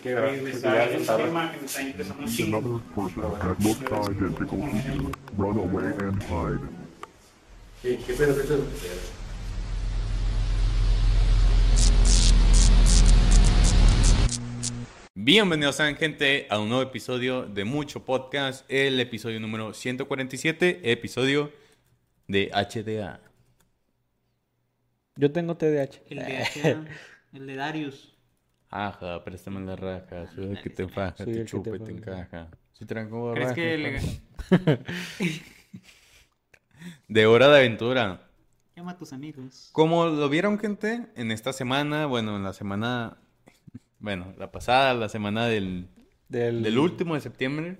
que revisar el tema que me está interesando un chingo. Another person that looked identical to you. Run away and hide. ¿Qué, qué pedo que te Bienvenidos sean gente a un nuevo episodio de Mucho Podcast, el episodio número 147, episodio de HDA. Yo tengo TDAH. El de acá, el de Darius. Ajá, préstame la raja, soy el que te enfaja, Soy el te que te chupa y te faja. encaja. Soy tranco ¿Crees raja, que le... pero- De Hora de Aventura. Llama a tus amigos. Como lo vieron, gente, en esta semana, bueno, en la semana, bueno, la pasada, la semana del, Del, del último de septiembre,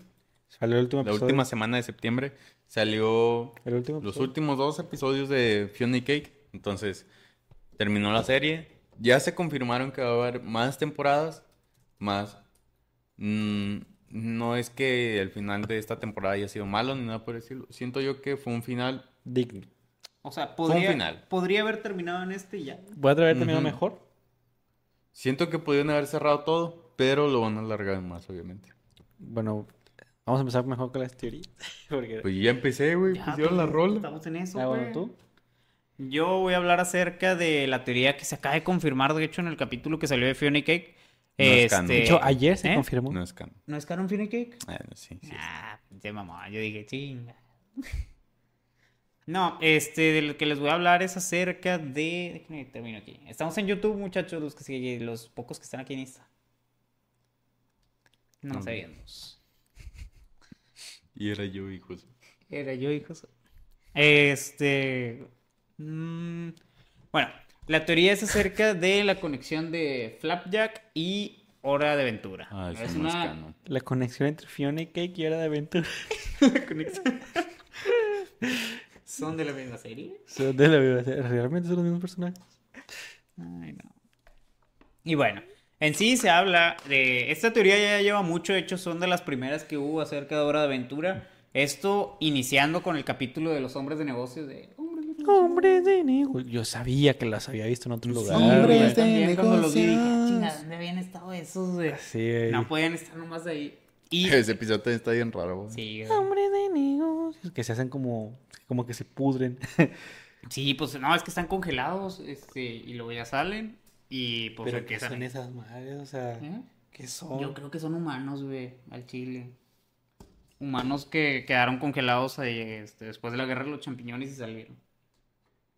Salió el último la episodio. última semana de septiembre, salió El último los episodio. últimos dos episodios de Fiona y Cake. Entonces, terminó la serie. Ya se confirmaron que va a haber más temporadas, más... mm, no es que el final de esta temporada haya sido malo ni nada por decirlo. Siento yo que fue un final... Digno. O sea, un podría, final. podría haber terminado en este y ya. Voy a traer terminado Ujú. mejor. Siento que pudieron haber cerrado todo, pero lo van a alargar más, obviamente. Bueno, vamos a empezar mejor con las teorías. Porque... Pues yo ya empecé, güey. Ya, Pusieron la tú- rola. Estamos en eso, Ah, bueno, güey. tú. Yo voy a hablar acerca de la teoría que se acaba de confirmar, de hecho, en el capítulo que salió de Fiona y Cake. No es canon. De hecho, ayer se ¿eh? confirmó. No es canon. ¿No es Canon Fiona y Cake? Bueno, sí, sí. Ah, se mamó. Yo dije, chinga. No, este, de lo que les voy a hablar es acerca de. Déjenme termino aquí. Estamos en YouTube, muchachos, los que sí- los pocos que están aquí en Insta. No nos Ok. sabíamos. Y era yo, hijos. Era yo, hijos. Este. mm, bueno, la teoría es acerca de la conexión de Flapjack y Hora de Aventura. Ah, eso es no es una canon. La conexión entre Fiona y Cake y Hora de Aventura. conexión. ¿Son de la misma serie? Son de la misma serie. ¿Realmente son los mismos personajes? Ay, no. Y bueno, en sí se habla de. Esta teoría ya lleva mucho, de hecho, son de las primeras que hubo acerca de Hora de Aventura. Esto iniciando con el capítulo de los hombres de negocios de. Hombres de negocios. Hombres de negocio. Yo sabía que las había visto en otro lugar. Hombres güey. Yo también de cuando los vi dije, "Ah, negocios. "Chinga, ¿dónde habían estado esos, güey? Sí, güey. No podían estar nomás ahí. Y. Ese episodio también está bien raro, güey. Sí, güey. Hombres de negocios. Que se hacen como... Como que se pudren. Sí, pues no, es que están congelados, este, y luego ya salen. Y pues Pero se que quedan- son esas madres, o sea... ¿Eh? ¿Qué son? Yo creo que son humanos, güey, al chile. Humanos que quedaron congelados ahí, este, después de la guerra de los champiñones y salieron.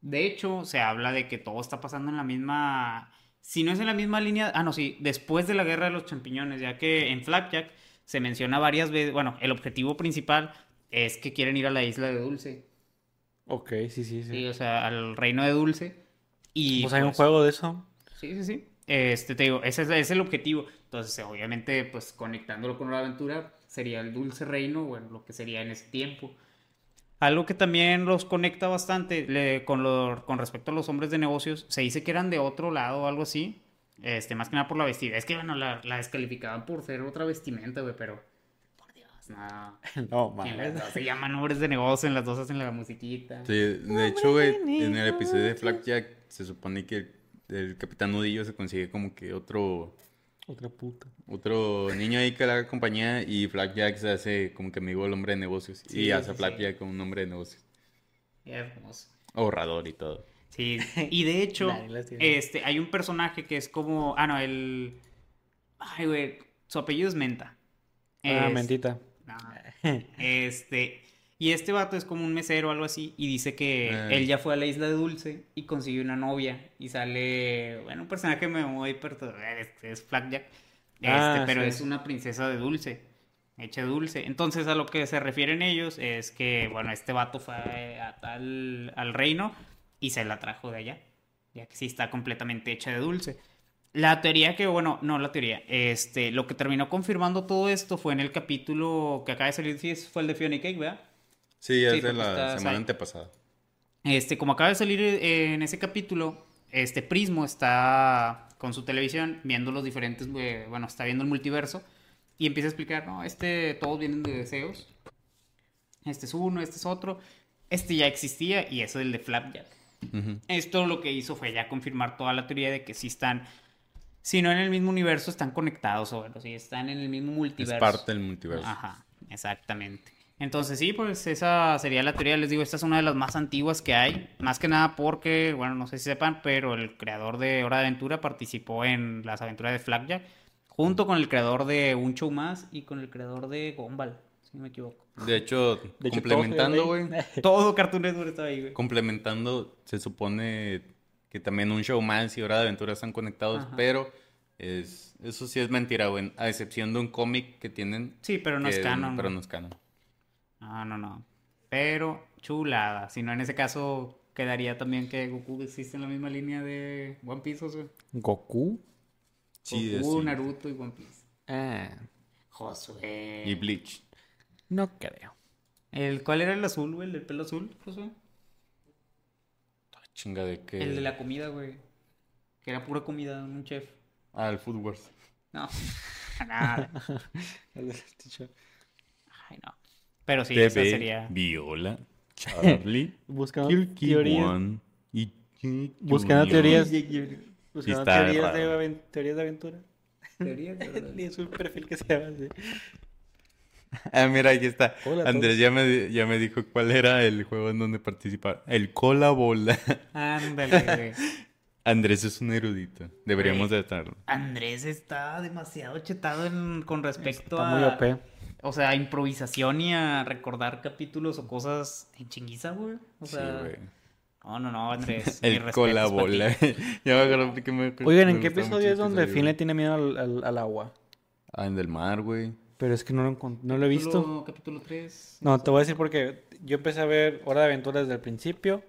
De hecho, se habla de que todo está pasando en la misma... Si no es en la misma línea... Ah, no, sí, después de la guerra de los champiñones, ya que en Flapjack se menciona varias veces... Bueno, el objetivo principal es que quieren ir a la isla de Dulce. Ok, sí, sí, Sí, sí. o sea, al reino de Dulce. Y Pues hay un pues, juego de eso. Sí, sí, sí. Este, te digo, ese es, es el objetivo. Entonces, obviamente, pues conectándolo con la aventura, sería el dulce reino, bueno, lo que sería en ese tiempo. Algo que también los conecta bastante le- con, lo- con respecto a los hombres de negocios, se dice que eran de otro lado o algo así, este, más que nada por la vestida. Es que, bueno, la, la descalificaban por ser otra vestimenta, güey, pero... Por Dios, no. No, En las dos se llaman hombres de negocios, en las dos hacen la musiquita. Sí, de hecho, güey, en el episodio de Flapjack se supone que el, el Capitán Nudillo se consigue como que otro Otra puta. otro niño ahí que la haga compañía y Flapjack se hace como que amigo del hombre de negocios Sí, y hace sí, a sí. Flapjack como un hombre de negocios. Hermoso. Ahorrador y todo. Sí, y de hecho, Nadie las tiene. este, hay un personaje que es como, ah, no, el, ay, güey, su apellido es Menta. Ah, Es- mentita. no, este, y este vato es como un mesero o algo así, y dice que Ah. él ya fue a la isla de Dulce y consiguió una novia, y sale, bueno, un personaje me muy perturbador, este es Flapjack, este, Ah, pero sí. es una princesa de Dulce, hecha de Dulce. Entonces, a lo que se refieren ellos es que, bueno, este vato fue a tal, al reino y se la trajo de allá, ya que sí está completamente hecha de dulce. La teoría que, bueno, no la teoría, este, lo que terminó confirmando todo esto fue en el capítulo que acaba de salir, sí, fue el de Fiona y Cake, ¿verdad? Sí, es de porque la está- sí. semana antepasada. Este, como acaba de salir eh, en ese capítulo, este Prismo está con su televisión viendo los diferentes, eh, bueno, está viendo el multiverso y empieza a explicar, no, este, todos vienen de deseos. Este es uno, este es otro. Este ya existía y eso es el de Flapjack. Ujú. Esto lo que hizo fue ya confirmar toda la teoría de que sí están sino en el mismo universo están conectados, o bueno, sí, están en el mismo Es multiverso. parte del multiverso. Ajá, exactamente. Entonces sí, pues esa sería la teoría. Les digo, esta es una de las más antiguas que hay. Más que nada porque, bueno, no sé si sepan, pero el creador de Hora de Aventura participó en las aventuras de Flapjack, junto con el creador de Un Show Más y con el creador de Gumball, si no me equivoco. De hecho, De hecho, complementando, todo, güey. güey. Todo Cartoon Network estaba ahí, güey. Complementando, se supone que también un showman y Hora de Aventura están conectados, Ajá. pero es, eso sí es mentira, güey. A excepción de un cómic que tienen. Sí, pero no es que- canon. Pero güey. no es canon. No, no, no. Pero chulada. Si no, en ese caso quedaría también que Goku existe en la misma línea de One Piece, o sea. Goku. Sí, es- Goku, sí. Naruto y One Piece. Ah, Josué. Y Bleach. no creo. ¿El cuál era el azul, güey? ¿El del pelo azul, Josué? Ah, Chinga de Eh. que. El de la comida, güey. Que era pura comida, un chef. Ah, el Food Wars. No. Nada. Ay, no. Pero sí, TV, esa sería. Viola, Charlie, Buscando Kirky teorías. One y Junior. Buscando teorías. Buscando está teorías de, raro. aven- teorías de aventura. Ni es un perfil que se llama así. Ah, mira, aquí está. Hola a Andrés ya me, ya me dijo cuál era el juego en donde participar. El Cola Bola. Ándale, güey. Andrés es un erudito. Deberíamos de atarlo. Andrés está demasiado chetado en- con respecto Está a. Ah, muy OP. O sea, a improvisación y a recordar capítulos o cosas en chinguiza, güey. O Sí, sea, güey. no, no, no, Andrés. mis El respetos Cola para ti. Bola. ya me acuerdo porque me Oigan, ¿en me qué gustaba episodio mucho es donde episodio, Finn le güey. tiene miedo al, al- al agua? Ah, en del mar, güey. Pero es que no lo, encont- no lo he visto. Capítulo, capítulo 3. No, te voy a decir porque yo empecé a ver Hora de Aventura desde el principio.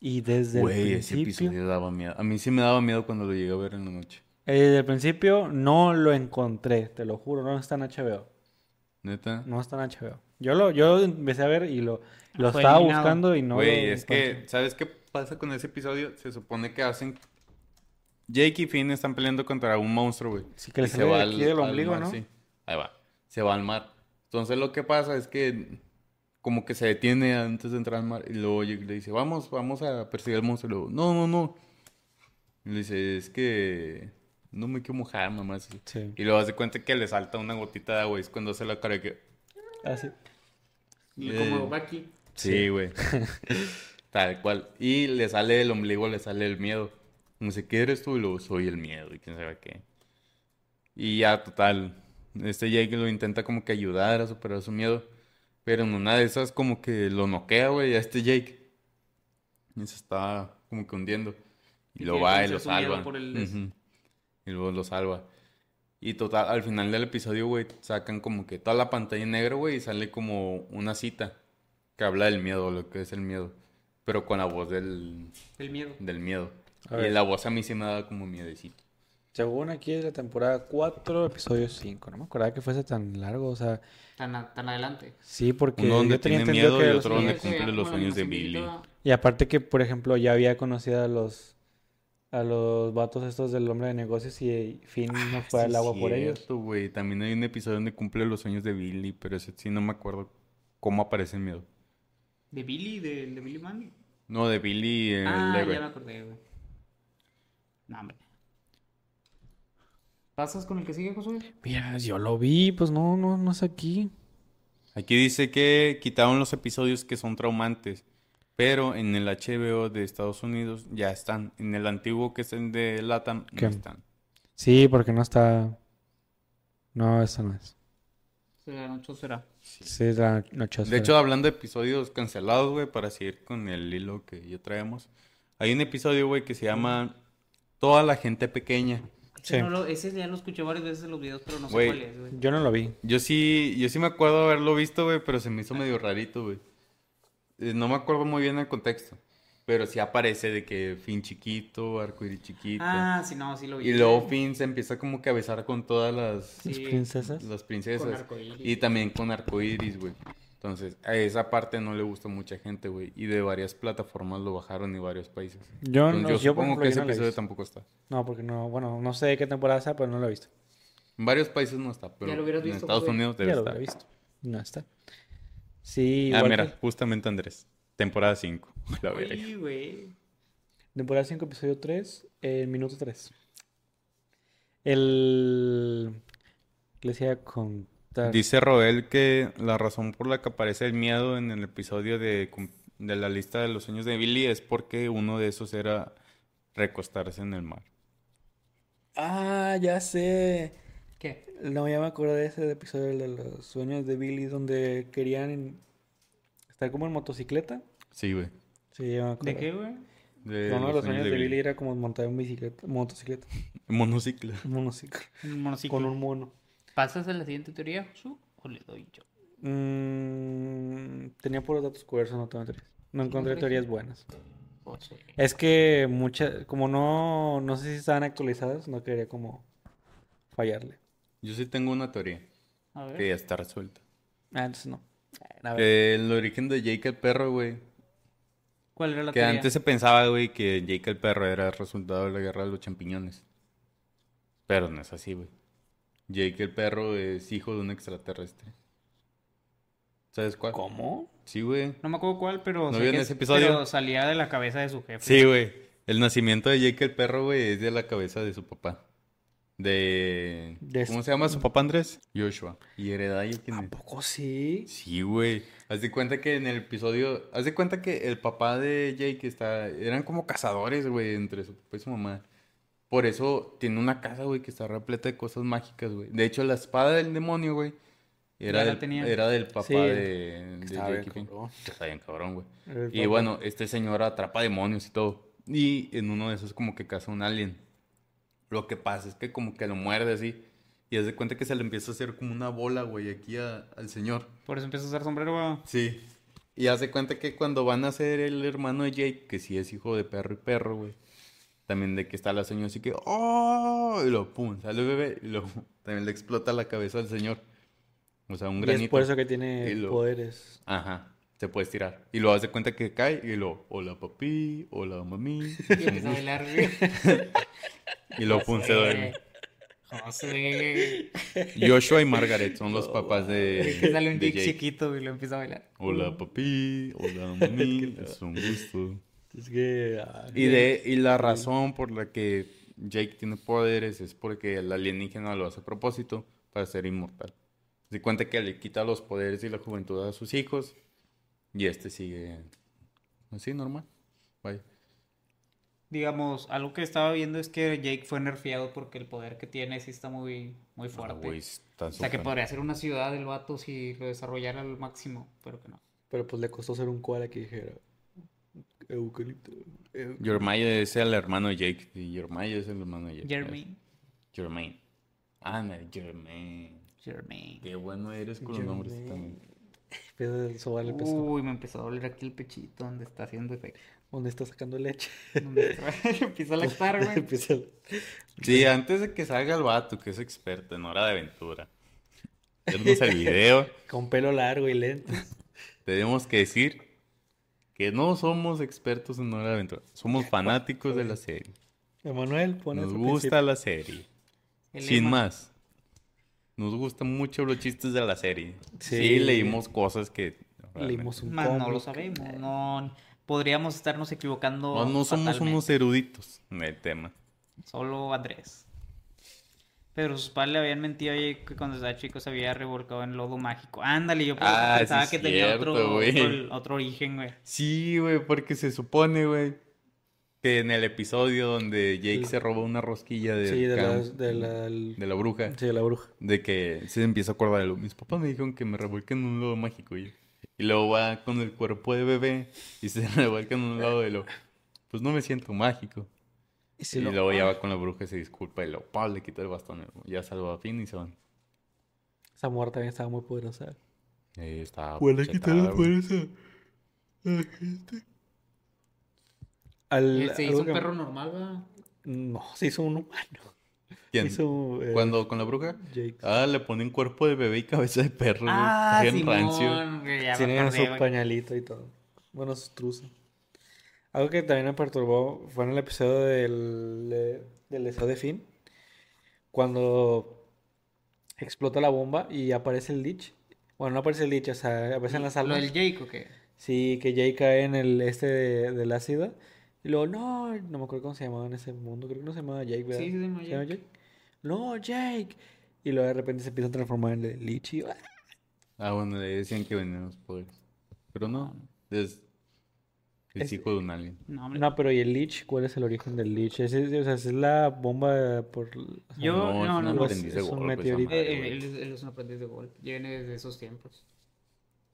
Y desde el Güey, ese principio. episodio daba miedo. A mí sí me daba miedo cuando lo llegué a ver en la noche. eh, desde el principio no lo encontré, te lo juro, no está en HBO. Neta. No está en HBO. Yo lo, yo lo empecé a ver y lo, Ah, lo Fue estaba eliminado. buscando y no Güey, lo es que, encontré. ¿sabes qué pasa con ese episodio? Se supone que hacen. Jake y Finn están peleando contra un monstruo, güey. Sí, que le Y se sale va de al- aquí del al ombligo, mar, ¿no? sí. Ahí va. Se va al mar. Entonces lo que pasa es que como que se detiene antes de entrar al mar. Y luego Jake le dice, vamos, vamos a perseguir al monstruo. Y luego, no, no, no. Y le dice, es que no me quiero mojar, mamá. así. Sí. Y luego hace cuenta que le salta una gotita de agua. Y es cuando hace la cara de que... Así. Y Eh. como Baki. Sí, güey. Tal cual. Y le sale del ombligo, le sale el miedo. No sé qué eres tú y luego soy el miedo y quién sabe qué. Y ya, total. Este Jake lo intenta como que ayudar a superar su miedo. Pero en una de esas como que lo noquea, güey, a este Jake. Y se está como que hundiendo. Y Y lo tiene va que y lo vencer su miedo salva. por el- Ujú. Y luego lo salva. Y total, al final del episodio, güey, sacan como que toda la pantalla en negro, güey, y sale como una cita que habla del miedo, lo que es el miedo, pero con la voz del, El miedo. del miedo. A y ver. la voz a mí sí me da como miedecito. Según aquí es la temporada 4, episodio 5. No me acordaba que fuese tan largo, o sea, Tan, tan adelante. sí, porque Uno donde yo tenía tiene entendido miedo que y los- otro donde Sí, ese cumple era los como la sueños de animación Billy. viejita. Y aparte que, por ejemplo, ya había conocido a los a los vatos estos del hombre de negocios y eh, Finn no fue al agua por ellos. Cierto, güey. También hay un episodio donde cumple los sueños de Billy, pero ese sí no me acuerdo cómo aparece el miedo. De Billy, de, de Billy Mandy. No, Eh, de Billy el Ah, héroe. ya me acordé, güey. No, hombre. ¿Pasas con el que sigue, Josué? Mira, yo lo vi, pues no, no, no es aquí. Aquí dice que quitaron los episodios que son traumantes, pero en el HBO de Estados Unidos ya están. En el antiguo que es el de Latam ¿Qué? no están. Sí, porque no está. No, esa no es. Será, noche será. Sí, es la noche. De hecho, hablando de episodios cancelados, güey, para seguir con el hilo que ya traemos, hay un episodio, güey, que se llama Toda la gente pequeña. Ese, Sí. no lo- ese ya lo escuché varias veces en los videos, pero no sé Güey. cuál es, güey. yo no lo vi. Yo sí, yo sí me acuerdo haberlo visto, güey, pero se me hizo medio rarito, güey. Eh, No me acuerdo muy bien el contexto, pero sí aparece de que fin chiquito, arcoíris chiquito. Ah, sí, no, sí lo vi. pues. Y luego Finn se empieza como que a besar con todas las, Sí. Las princesas. las princesas. arcoíris. Y también con arcoíris, güey. Entonces, a esa parte no le gusta a mucha gente, güey. Y de varias plataformas lo bajaron y varios países. Yo Entonces, no, Pues yo yo por supongo ejemplo, que yo ese no lo he episodio visto. tampoco está. No, porque no, bueno, no sé de qué temporada está, pero no lo he visto. En varios países no está, pero Ya lo hubieras en visto, Estados José. Unidos debe Ya lo estar. he visto. No está. Sí, ah, igual mira, que- justamente Andrés. Temporada 5. La verga. Uy, güey. Temporada 5, episodio 3, eh, minuto 3. El... ¿Qué les iba a contar? Dice Roel que la razón por la que aparece el miedo en el episodio de, cum- de la lista de los sueños de Billy es porque uno de esos era recostarse en el mar. Ah, ya sé. ¿Qué? No, ya me acordé de ese episodio de los sueños de Billy donde querían en- estar como en motocicleta. Sí, güey. Sí, ya me ¿De acordé. qué, güey? De Uno de los sueños de Billy Billy. era como montar en bicicleta, monotocicleta, Monociclo. monociclo, Un monociclo. con un mono. ¿Pasas a la siguiente teoría, Josu? ¿O le doy yo? Mm, tenía puros datos curiosos, no tengo teorías. No encontré crees? teorías buenas. O sea, Es que muchas, como no, no sé si estaban actualizadas, no quería como fallarle. Yo sí tengo una teoría a ver. que ya está resuelta. Ah, entonces no. A ver. Que el origen de Jake el perro, güey. ¿Cuál era la Que teoría? antes se pensaba, güey, que Jake el perro era el resultado de la guerra de los champiñones. Pero no es así, güey. Jake el perro es hijo de un extraterrestre. ¿Sabes cuál? ¿Cómo? Sí, güey. No me acuerdo cuál, pero, sé ¿No vieron que ese es- episodio? pero salía de la cabeza de su jefe. Sí, güey. El nacimiento de Jake el perro, güey, es de la cabeza de su papá. De... De- ¿Cómo se llama su papá, Andrés? Joshua. ¿Y Heredayo quién ¿A es? poco sí? Sí, güey. Haz de cuenta que en el episodio. Haz de cuenta que el papá de Jake está. Eran como cazadores, güey, entre su papá y su mamá. Por eso tiene una casa, güey, que está repleta de cosas mágicas, güey. De hecho, la espada del demonio, güey, era Ya la del, tenía. era del papá Sí, de, de Estaba bien Jake Pink. cabrón. Está bien cabrón, güey. El Y papá. bueno, este señor atrapa demonios y todo. Y en uno de esos como que caza un alien. Lo que pasa es que como que lo muerde así. Y haz de cuenta que se le empieza a hacer como una bola, güey, aquí a- al señor. Por eso empezó a usar sombrero, güey. Sí. Y hace cuenta que cuando van a ser el hermano de Jake, que sí es hijo de perro y perro, güey. También de que está la señora así que, ¡oh! Y lo pum, sale el bebé. Y lo, también le explota la cabeza al señor. O sea, Y un granito. es por eso que tiene Y lo- poderes. Ajá. Se puede estirar. Y luego hace cuenta que cae y lo, hola papi, hola mami. Y empezó a bailar, güey. Y lo pum, se duerme. José. Joshua y Margaret son los papás de. Que sale un de Jake Jake. chiquito y lo empieza a bailar. Hola papi, hola mami, es un gusto. Es que... ah, Y, de, y la razón por la que Jake tiene poderes es porque el alienígena lo hace a propósito para ser inmortal. Se cuenta que le quita los poderes y la juventud a sus hijos y este sigue así, normal. Vaya. Digamos, algo que estaba viendo es que Jake fue nerfeado porque el poder que tiene sí está muy, muy Ah, fuerte. güey, está o sea, que súper- podría ser una ciudad el vato si lo desarrollara al máximo, pero que no. Pero pues le costó ser un koala que dijera... Eucalipto. eu- Jeremiah es el hermano de Jake. y Jeremiah es el hermano de Jake. Jeremy. Jermaine. Ah, no, Jermaine. Jeremy. Qué bueno eres con los nombres también. Empieza a sobarle el Uh. peso. Uy, me empezó a doler aquí el pechito donde está haciendo efecto. ¿Dónde está sacando leche? Donde está- empieza a lactar, güey. Empieza... Sí, antes de que salga el vato, que es experto en hora de aventura, tenemos el video, Con pelo largo y lento. tenemos que decir que no somos expertos en hora de aventura, somos fanáticos de la serie, Emanuel, pone nos su gusta la serie, El sin Emma. más, nos gustan mucho los chistes de la serie, Sí. sí leímos cosas que realmente- Leímos un Más no lo cómic. sabemos. No, podríamos estarnos equivocando. no, no somos fatalmente. unos eruditos en el tema, Solo Andrés. Pero sus padres le habían mentido oye, que cuando estaba chico se había revolcado en lodo mágico. Ándale, yo Ah, sí pensaba es que tenía otro, cierto, güey. otro- otro origen, güey. Sí, güey, porque se supone, güey, que en el episodio donde Jake se roba una rosquilla de, Sí, de la, cam- de la, de la bruja, sí, de la bruja. de que se empieza a acordar de lo. Mis papás me dijeron que me revuelque en un lodo mágico, y, y luego va con el cuerpo de bebé y se revuelca en un lodo de lo. Pues no me siento mágico. Y Y luego ah. ya va con la bruja y se disculpa y lo, pa, le quita el bastón, ya salva a Finn y se van. Esa mujer también estaba muy poderosa. Eh, está Ah, chetada, quitarle güey. Al, algo Se hizo un que- perro normal, ¿verdad? No, se hizo un humano. ¿Quién? Hizo, eh, ¿Cuándo? ¿Con la bruja? Jake. Ah, le ponen cuerpo de bebé y cabeza de perro, güey. Ah, Está bien Simón, rancio. güey, ya me Tiene acordé, su güey. pañalito y todo. Bueno, su truza. Algo que también me perturbó fue en el episodio del, de- del deseo de Finn. Cuando explota la bomba y aparece el Lich. Bueno, no aparece el Lich, o sea, aparecen las ¿Lo almas. del Jake o qué? Sí, que Jay cae en el este de, del ácido. Y luego, no, no me acuerdo cómo se llamaba en ese mundo. Creo que no se llamaba Jake, ¿verdad? Sí, sí se llama ¿Se llama Jake. Jake? no, Jake. Y luego de repente se empieza a transformar en el Lichi. Ah, bueno, le decían que venían los poderes. Pero no, es el Es- hijo de un alien. No, hombre. No, pero ¿y el Lich? ¿Cuál es el origen del Lich? ¿Es, es- o sea, ¿es la bomba por... o sea, Yo- no, es no, una no, aprendiz es- de es un golpe esa meteorito. madre, Eh, güey. él, él es un aprendiz de golf. Viene desde esos tiempos.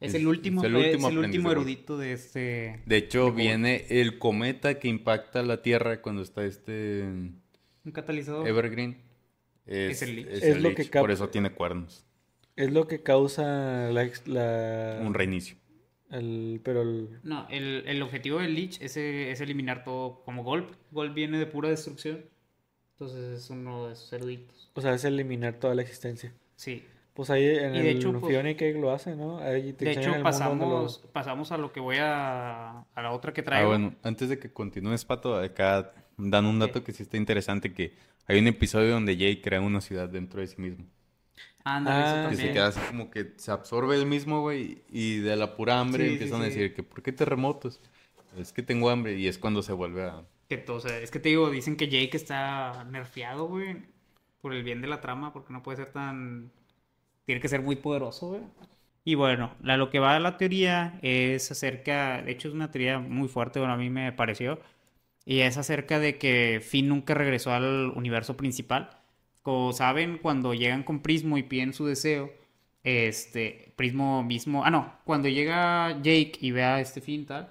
Es, Es- el último, es es el el último último, aprendiz de golf. erudito de este. De hecho, golpe. viene el cometa que impacta la Tierra cuando está este Un catalizador. Evergreen. Oh. Es el Lich. Es lo que Lich, Por cap- eso tiene cuernos. Es lo que causa la... ex- la- Un reinicio. el- pero el... No, el, el objetivo del Lich es, eh, es eliminar todo como golpe. Golp viene de pura destrucción. Entonces es uno de sus eruditos. O sea, es eliminar toda la existencia. Sí. Pues ahí en Y de el hecho, pues- Fiona y Cake lo hace, ¿no? Ahí te De enseñan hecho, el mundo donde lo- pasamos, pasamos a lo que voy a. a la otra que Ah, traigo. bueno, antes de que continúes, Pato, acá dan un dato Ok. que sí está interesante, que hay un episodio donde Jay crea una ciudad dentro de sí mismo. Ándale, eso Ah, Que se también. queda así como que se absorbe él mismo, güey, y de la pura hambre Sí, sí, empiezan a sí. decir que ¿por qué terremotos? Es que tengo hambre y es cuando se vuelve a... Que to- o sea, es que te digo, dicen que Jake está nerfeado, güey. Por el bien de la trama, porque no puede ser tan. Tiene que ser muy poderoso, güey. Y bueno, la, lo que va a la teoría es acerca. De hecho, es una teoría muy fuerte, bueno, a mí me pareció. Y es acerca de que Finn nunca regresó al universo principal. Como saben, cuando llegan con Prismo y piden su deseo, este, Prismo mismo. Ah, no, cuando llega Jake y ve a este Finn tal,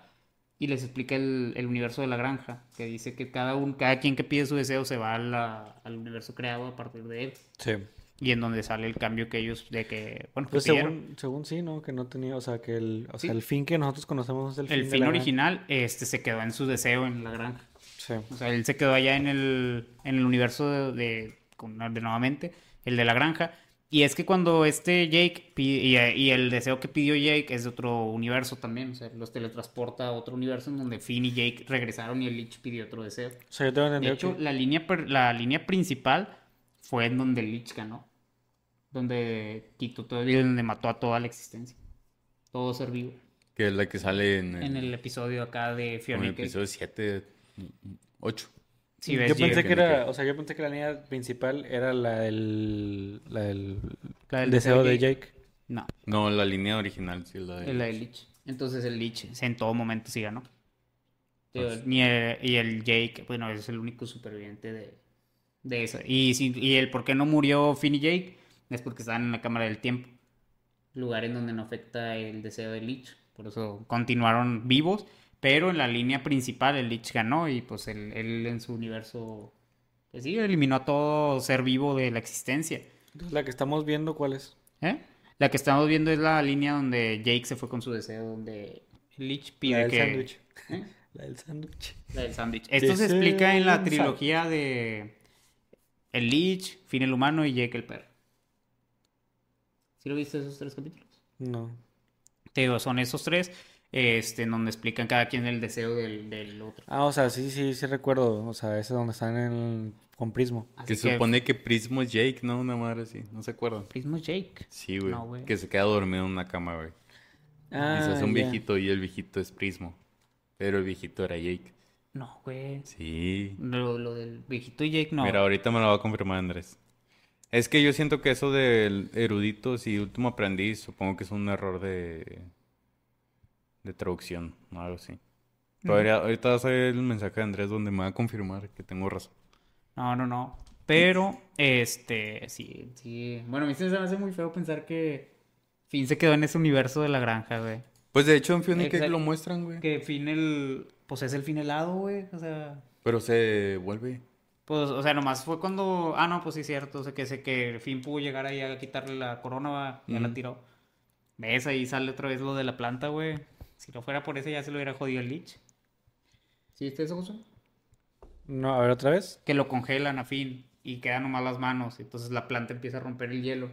y les explica el, el universo de la granja, que dice que cada, un, cada quien que pide su deseo se va a la- al universo creado a partir de él. Sí. Y en donde sale el cambio que ellos, de que, bueno, que Pues pidieron. según, según sí, ¿no? Que no tenía, o sea, que el, o sea, Sí. el fin que nosotros conocemos es el fin El de fin la gran- original, este, se quedó en su deseo en la granja. Sí. O sea, él se quedó allá en el, en el universo de, de- con- de nuevamente, el de la granja. Y es que cuando este Jake, pi- y, y el deseo que pidió Jake es de otro universo también, o sea, los teletransporta a otro universo en donde Finn y Jake regresaron y el Lich pidió otro deseo. O sea, yo tengo De entendido hecho, que... la línea, per- la línea principal fue en donde Lich ganó, donde quitó todo, y donde mató a toda la existencia, todo ser vivo. que es la que sale en el, En el episodio acá de en Fiona el y Cake. episodio 7, 8. Si ves, Yo Jake- pensé que que no era, quiere. o sea, yo pensé que la línea principal era la del, la del, La del deseo deseo de de Jake. No, No, la línea original, sí, la de... es la de Lich. Entonces el Lich se- en todo momento sí ganó. Digo, Pues- ni el- y el Jake, bueno, es el único superviviente de, de esa. Y, si- y el por qué no murió Finn y Jake es porque estaban en la cámara del tiempo. Lugar en donde no afecta el deseo de Lich. Por eso continuaron vivos. Pero en la línea principal el Lich ganó y pues él, él en su universo, pues sí, eliminó a todo ser vivo de la existencia. Entonces, la que estamos viendo, ¿cuál es? ¿Eh? La que estamos viendo es la línea donde Jake se fue con su deseo, donde Lich La pide del que... sándwich. ¿Eh? La del sándwich. La del sándwich. Esto se Deseo explica en la un trilogía de El Lich, Fin el Humano y Jake el Perro. ¿Sí lo viste esos tres capítulos? No. Te digo, son esos tres, este, en donde explican cada quien el deseo del, del otro. Ah, o sea, sí, sí, sí recuerdo. O sea, ese es donde están en el, con Prismo. Que Así se supone que Prismo es Jake, ¿no? Una madre así, no se acuerdan. Prismo es Jake. Sí, güey. No, güey. que se queda dormido en una cama, güey. Ah, y se hace un ya. viejito y el viejito es Prismo. Pero el viejito era Jake. No, güey. Sí. Lo, lo del viejito Jake no. Mira, ahorita me lo va a confirmar Andrés. Es que yo siento que eso del eruditos y último aprendiz, supongo que es un error de, de traducción o algo así. Mm. Pero ahorita- ahorita va a salir el mensaje de Andrés donde me va a confirmar que tengo razón. No, no, no. Pero, este, sí, sí. Bueno, a mí se me hace muy feo pensar que Finn se quedó en ese universo de la granja, güey. Pues de hecho en Fiona y Cake Exacto. lo muestran, güey. Que Finn el, pues es el fin helado, güey. O sea, Pero se vuelve. pues, o sea, nomás fue cuando, ah, no, pues sí, cierto. O sea, que sé que Finn pudo llegar ahí a quitarle la corona, va, ya la Ujú. tiró. ¿Ves? Ahí sale otra vez lo de la planta, güey. Si no fuera por ese ya se lo hubiera jodido el Lich. ¿Sí viste eso, José? No, a ver otra vez. que lo congelan a Finn y quedan nomás las manos. Entonces la planta empieza a romper el hielo.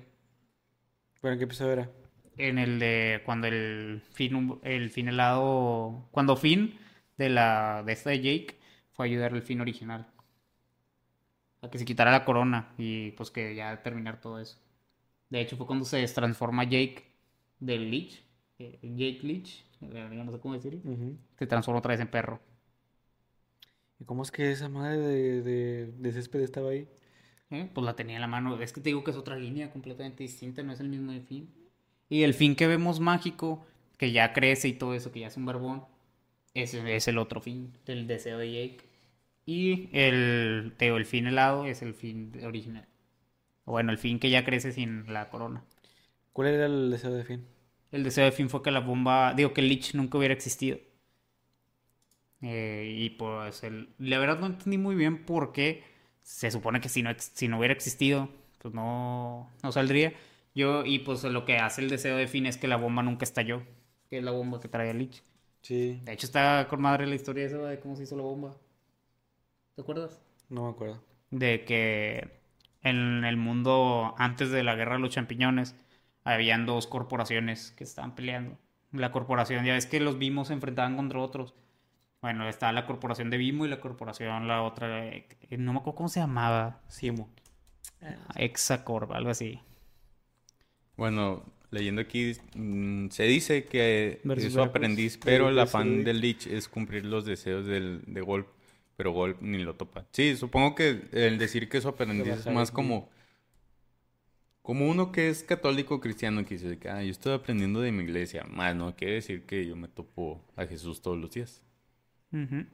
Bueno, ¿qué episodio era? En el de cuando el Finn, hum- el Finn helado, cuando Finn de la de esta de Jake fue a ayudar al Finn original a que se quitara la corona y pues que ya terminar todo eso. De hecho fue cuando se transforma Jake del Lich, eh, Jake Lich, eh, no sé cómo decirlo, Ujú. se transforma otra vez en perro. ¿Y cómo es que esa madre de, de, de césped estaba ahí? ¿eh? Pues la tenía en la mano. Es que te digo que es otra línea completamente distinta, no es el mismo de fin. Y el fin que vemos mágico, que ya crece y todo eso, que ya es un barbón, ese es el otro fin, el deseo de Jake. Y el, te digo, el fin helado es el fin original. O Bueno, el fin que ya crece sin la corona. ¿Cuál era el deseo de Finn? El deseo de Finn fue que la bomba, digo, que el Lich nunca hubiera existido. Eh, y pues, el, la verdad no entendí muy bien por qué se supone que si no, ex- si no hubiera existido, pues no, no saldría. Yo, y pues lo que hace el deseo de Finn es que la bomba nunca estalló, que es la bomba que trae el Lich. Sí, De hecho, está con madre la historia esa de cómo se hizo la bomba. ¿Te acuerdas? no me acuerdo. de que en el mundo antes de la guerra de los champiñones habían dos corporaciones que estaban peleando. La corporación, ya ves que los Vimos se enfrentaban contra otros. Bueno, estaba la corporación de Vimo y la corporación, la otra, eh, no me acuerdo cómo se llamaba, Simo. Exacorp, algo así. Bueno, leyendo aquí, mm, se dice que Versus es su Veracruz. aprendiz, pero el Veracruz, afán sí. del Lich es cumplir los deseos del, de Golp, pero Golp ni lo topa. Sí, supongo que el decir que su aprendiz es bajar más el- como, como uno que es católico cristiano que dice, de que, ah, yo estoy aprendiendo de mi iglesia, más no quiere decir que yo me topo a Jesús todos los días. Ujú.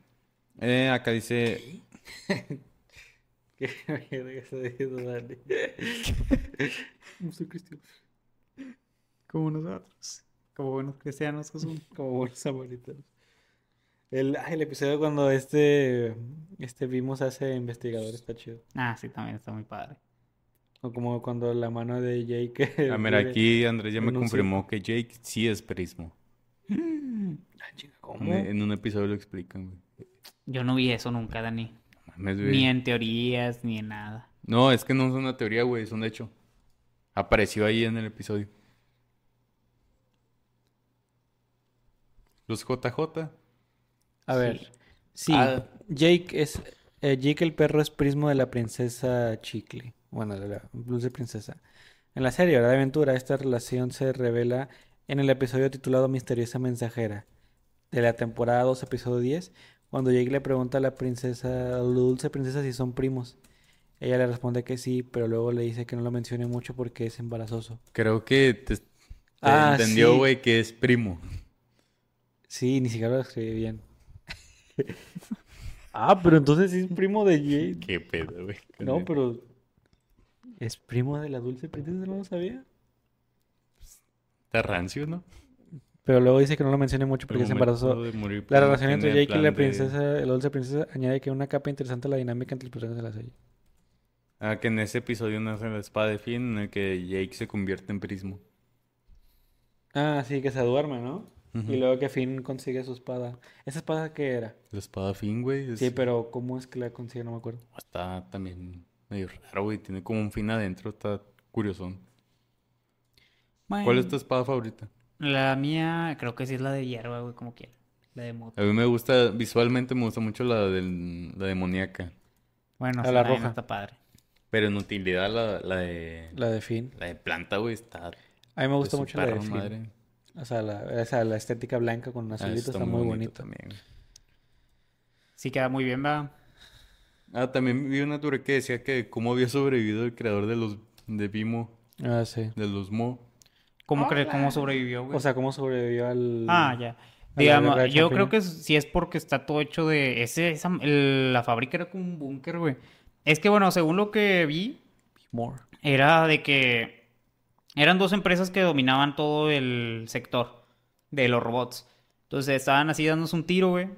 Eh, acá dice, ¿Qué mierda que está diciendo Dani? No soy cristiano. Como nosotros, como buenos cristianos que somos. Como buenos samaritanos. El, ah, el episodio cuando este, este Vimos hace investigador está chido. Ah, sí, también está muy padre. O como cuando la mano de Jake. a ver, aquí Andrés ya me Renuncia. confirmó que Jake sí es prismo. Ah, chinga, En, ¿cómo? en un episodio lo explican, güey. Yo no vi eso nunca, Dani. No mames, güey. Ni en teorías, ni en nada. No, es que no es una teoría, güey, es un hecho. Apareció ahí en el episodio. Los JJ. A ver. Sí, Ah. Jake es. eh, Jake el perro es prismo de la princesa Chicle. Bueno, de la dulce princesa. En la serie Hora de Aventura, esta relación se revela en el episodio titulado Misteriosa Mensajera, de la temporada 2, episodio 10, cuando Jake le pregunta a la princesa, a la dulce princesa, si son primos. Ella le responde que sí, pero luego le dice que no lo mencione mucho porque es embarazoso. Creo que te, te Ah, entendió, sí. güey, que es primo. Sí, ni siquiera lo escribí bien. Ah, pero entonces sí es primo de Jake. Qué pedo, güey. No, pero. ¿Es primo de la dulce princesa? No lo sabía. Está rancio, ¿no? Pero luego dice que no lo mencione mucho porque El se embarazó. momento de morir, La pues, no relación entre tiene Jake y la plan de- princesa, la dulce princesa, añade que una capa interesante a la dinámica entre los personajes de la serie. Ah, que en ese episodio nace la espada de Finn en el que Jake se convierte en prismo. Ah, sí, que se duerme, ¿no? Ujú. Y luego que Finn consigue su espada. ¿Esa espada qué era? La espada Finn, güey, es- Sí, pero ¿cómo es que la consigue? No me acuerdo. está también medio raro, güey. Tiene como un fin adentro, está curiosón. ¿Cuál es tu espada favorita? La mía, creo que sí es la de hierba, güey, como quiera. La de moto. A mí me gusta, visualmente me gusta mucho la del, la demoníaca, Bueno, la esa también roja. está padre. pero en utilidad la, la de La de Finn. la de planta, güey, está de A mí me gusta su mucho la de perra Finn. madre. O sea, la, esa, la estética blanca con Ah, azulito está muy bonita. también. güey. Sí queda muy bien, va. Ah, también vi una teoría que decía que cómo había sobrevivido el creador de los de Vimo, Ah, sí. de los Mo. ¿Cómo, cre- cómo sobrevivió, güey? O sea, ¿cómo sobrevivió al... ah, ya. la Digamos, guerra de yo creo champiñones. que es- sí es porque está todo hecho de... ese esa, el- La fábrica era como un búnker, güey. Es que, bueno, según lo que vi, More. era de que eran dos empresas que dominaban todo el sector de los robots. Entonces estaban así dándose un tiro, güey.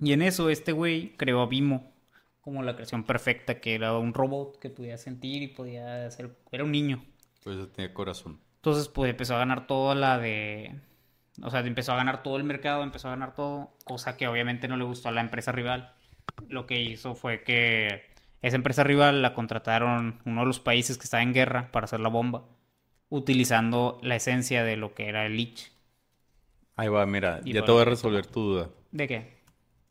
Y en eso este güey creó a Vimo como la creación perfecta, que era un robot que podía sentir y podía hacer... Era un niño. Pues eso tenía corazón. Entonces, pues empezó a ganar toda la de. O sea, empezó a ganar todo el mercado, empezó a ganar todo, cosa que obviamente no le gustó a la empresa rival. Lo que hizo fue que esa empresa rival la contrataron uno de los países que estaba en guerra para hacer la bomba, utilizando la esencia de lo que era el Lich. Ahí va, mira, Y ya te para- voy a resolver tu duda. ¿De qué?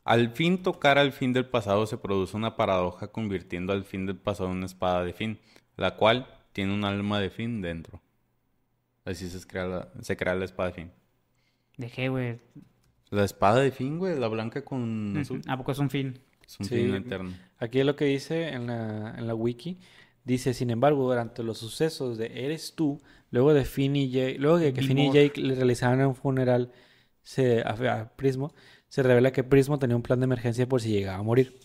Al fin tocar al fin del pasado se produce una paradoja convirtiendo al fin del pasado en una espada de fin, la cual tiene un alma de fin dentro. Así se crea la, se crea la espada de fin. ¿De qué, güey? La espada de fin, güey, la blanca con azul, ¿A poco es un fin? es un Sí. fin eterno. A Aquí lo que dice en la, en la wiki. Dice, sin embargo, durante los sucesos de Eres tú, luego de Finn y Jake, luego de que Finn y Bimor. Jake le realizaban un funeral se, a, a Prismo, se revela que Prismo tenía un plan de emergencia por si llegaba a morir.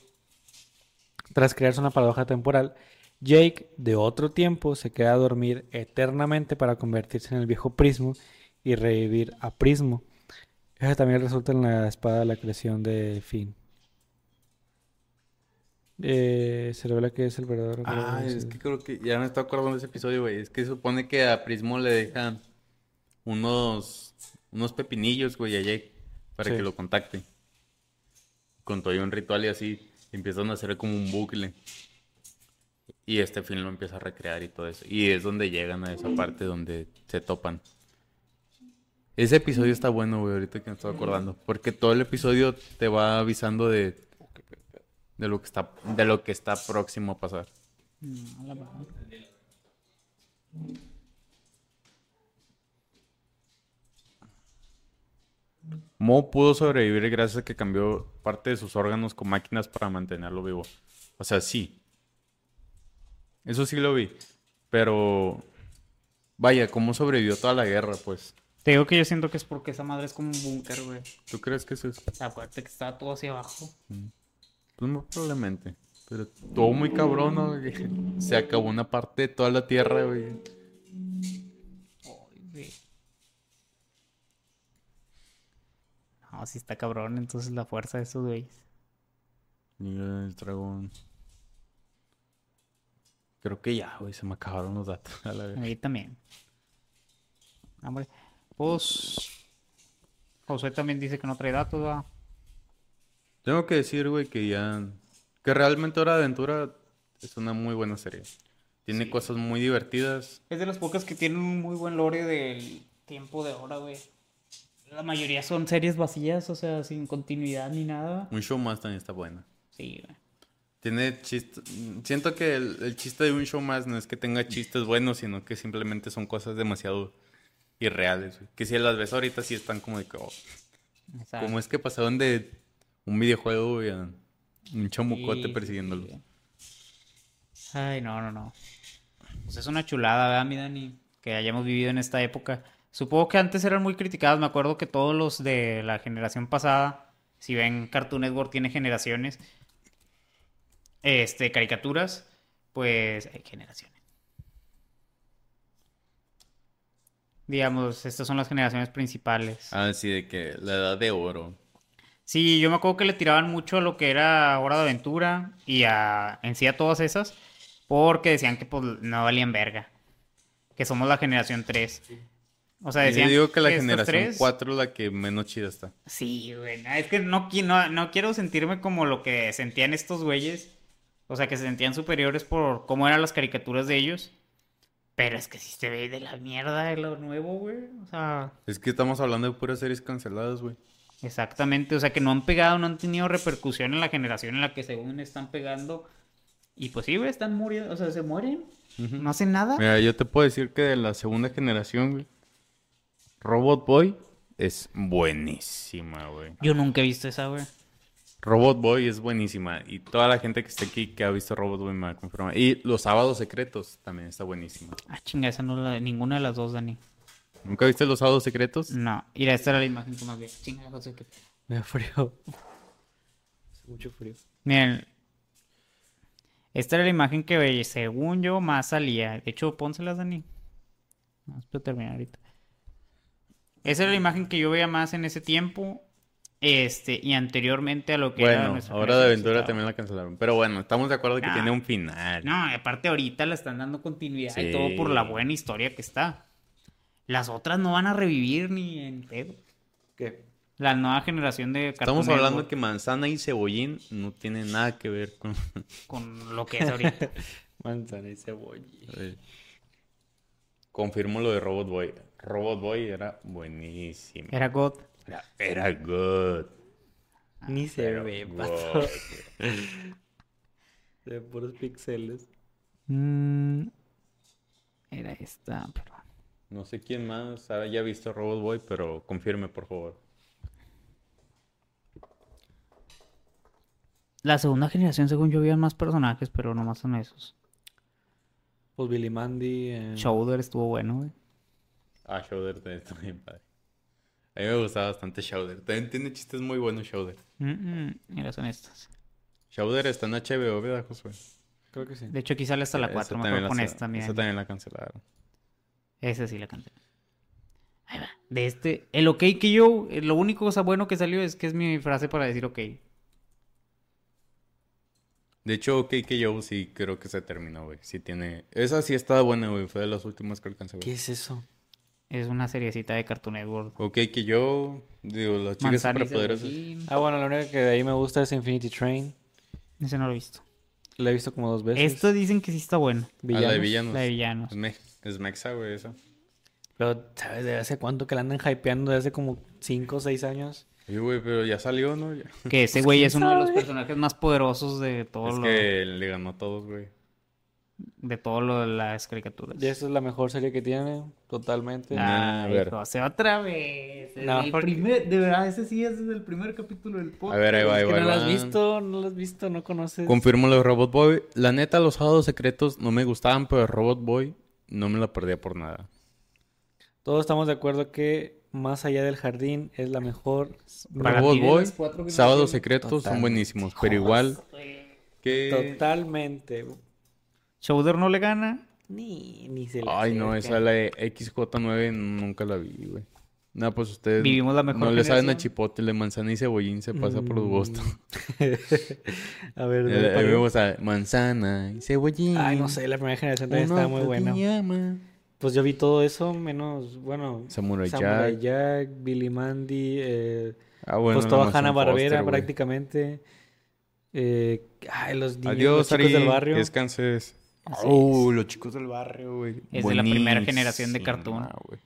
Tras crearse una paradoja temporal, Jake, de otro tiempo, se queda a dormir eternamente para convertirse en el viejo Prismo y revivir a Prismo. Eso también resulta en la espada de la creación de Finn. Eh, se revela que es el verdadero. Ah, creador de es ese- que creo que ya me estoy acordando de ese episodio, güey. Es que supone que a Prismo le dejan unos, unos pepinillos, güey, a Jake, para Sí. que lo contacte. Con todo y un ritual y así, empiezan a hacer como un bucle. Y este film lo empieza a recrear y todo eso. Y es donde llegan a esa parte donde se topan. Ese episodio está bueno, güey, ahorita que me estoy acordando. Porque todo el episodio te va avisando de, de lo que está, de lo que está próximo a pasar. Mo pudo sobrevivir gracias a que cambió parte de sus órganos con máquinas para mantenerlo vivo. O sea, sí. Eso sí lo vi. Pero. Vaya, ¿cómo sobrevivió toda la guerra, pues? Te digo que yo siento que es porque esa madre es como un búnker, güey. ¿Tú crees que eso es? Acuérdate que está todo hacia abajo. Pues muy probablemente. Pero todo muy cabrón, ¿no? güey? Se acabó una parte de toda la tierra, güey. Ay, güey. No, si está cabrón, entonces la fuerza de esos güeyes. Mira el dragón. Creo que ya, güey, se me acabaron los datos. A la A vez. mí también. Ah, Hombre, pues. José también dice que no trae datos, va. Tengo que decir, güey, que ya. Que realmente Hora de Aventura es una muy buena serie. Tiene cosas muy divertidas. Es de las pocas que tienen un muy buen lore del tiempo de ahora, güey. La mayoría son series vacías, o sea, sin continuidad ni nada. Un show más también está buena. Sí, güey. Tiene chistes. Siento que el, el chiste de un show más no es que tenga chistes buenos, sino que simplemente son cosas demasiado irreales. güey. Que si las ves ahorita, sí están como de que. oh, O sea, ¿Cómo es que pasaron de un videojuego güey, a un Sí, chamucote sí, persiguiéndolo? sí. Ay, no, no, no. Pues es una chulada, ¿verdad, mi Dani? Que hayamos vivido en esta época. Supongo que antes eran muy criticadas. Me acuerdo que todos los de la generación pasada, si ven Cartoon Network tiene generaciones, este, caricaturas, pues hay generaciones. Digamos, estas son las generaciones principales. Ah, sí, de que la edad de oro. Sí, yo me acuerdo que le tiraban mucho a lo que era Hora de Aventura y a, en sí a todas esas, porque decían que pues, no valían verga, que somos la generación 3. O sea, Y Yo decían digo que la estos generación tres- 4 es la que menos chida está. Sí, güey, no, es que no, qui- no, no quiero sentirme como lo que sentían estos güeyes, o sea, que se sentían superiores por cómo eran las caricaturas de ellos, pero es que sí se ve de la mierda de lo nuevo, güey, o sea... Es que estamos hablando de puras series canceladas, güey. Exactamente, o sea que no han pegado, no han tenido repercusión en la generación en la que según están pegando. Y pues sí, güey, están muriendo, o sea, se mueren, no hacen nada. Mira, yo te puedo decir que de la segunda generación, güey, Robot Boy es buenísima, güey. Yo nunca he visto esa, güey. Robot Boy es buenísima. Y toda la gente que está aquí que ha visto Robot Boy me va a confirmar. Y Los Sábados Secretos también está buenísima. Ah, chinga, esa no la, ninguna de las dos, Dani. ¿Nunca viste Los Sábados Secretos? No, mira, esta era la imagen que más vi. Chinga, José, que- Me da frío. Hace mucho frío. Miren, esta era la imagen que eh, según yo más salía. De hecho, pónselas, Dani. No, espero terminar ahorita. Esa era la imagen que yo veía más en ese tiempo. Este, y anteriormente a lo que era Bueno, nuestra ahora de generación, aventura estaba. también la cancelaron. Pero bueno, estamos de acuerdo que Nah. tiene un final. No, y aparte ahorita le están dando continuidad y Sí. todo por la buena historia que está. Las otras no van a revivir ni en pedo. ¿Qué? La nueva generación de Estamos Cartoon hablando Network que manzana y cebollín no tienen nada que ver con. con lo que es ahorita. Manzana y cebolla. Confirmo lo de Robot Boy. Robot Boy era buenísimo. Era God. Era, era good. Ni se Ah, Pero ve, good. pato. Se ven puros pixeles. Mm, era esta, pero. No sé quién más haya visto Robot Boy, pero confirme, por favor. La segunda generación, según yo, habían más personajes, pero nomás son esos. Pues Billy Mandy. eh, Shoulder estuvo bueno, güey. Ah, Shouder también está bien padre. A mí me gustaba bastante Shouder. También tiene chistes muy buenos Shouder. Mm, mm, mira, son estas. Shouder está en HBO, ¿verdad, Josué? Creo que sí. De hecho, aquí sale hasta la Esa 4, también mejor la con sa- esta también. Esa también la cancelaron. Esa sí la canté. Ahí va. De este, el OK que yo, eh, lo único cosa bueno que salió es que es mi frase para decir OK. De hecho, OK yo sí creo que se terminó, güey. Sí tiene... Esa sí estaba buena, güey. Fue de las últimas que alcancé, ¿Qué güey. es eso? Es una seriecita de Cartoon Network. OK yo digo, las chicas Manzana y superpoderosas. cebollín. Ah, bueno, la única que de ahí me gusta es Infinity Train. Ese no lo he visto. La he visto como dos veces. Esto dicen que sí está bueno. Ah, la Villanos. de villanos. La de villanos. Es, me- es Mexa, güey, esa. Pero, ¿sabes? De hace cuánto que la andan hypeando, de hace como 5 o 6 años. Oye, güey, pero ya salió, ¿no? Ya. Que ese güey es uno de los personajes más poderosos de todo Es lo que le ganó a todos, güey. de todo lo de las caricaturas. Y esta es la mejor serie que tiene, totalmente. Ah, Nah, Ay, Ah, ver. José, otra vez. Desde No, el porque- primer- de verdad, ese sí es desde el primer capítulo del podcast. A ver, ahí va, ahí Es va. que ahí no la has va. visto, no la has visto, no conoces. Confirmo lo de Robot Boy. La neta, los sábados secretos no me gustaban, pero Robot Boy no me la perdía por nada. Todos estamos de acuerdo que Más allá del jardín es la mejor. Para eh, Robot ti, de Boy, las cuatro que sábados mencioné, secretos son totalmente. buenísimos, pero igual que... Totalmente. Shoulder no le gana. Ni, ni se le Ay, no, acerca. esa la de XJ9 nunca la vi, güey. No, pues ustedes Vivimos la mejor no le saben a generación. chipotle, manzana y cebollín se pasa por los gustos. Mm. A ver, Eh, dale para a mí me arriba. gusta Manzana y cebollín. Ay, no sé, la primera generación también Uno estaba muy te buena. llama. Pues yo vi todo eso, menos, bueno, Samurai Samurai Jack. Jack, Billy Mandy, eh, Ah, bueno, pues la toda Manzana Hanna-Barbera Foster, güey. prácticamente. Eh, ay, los niños, los Adiós, chicos Ari. del barrio. Descanses. Así Oh, los chicos del barrio, güey. Es de la primera generación de Cartoon. Buenísima, güey.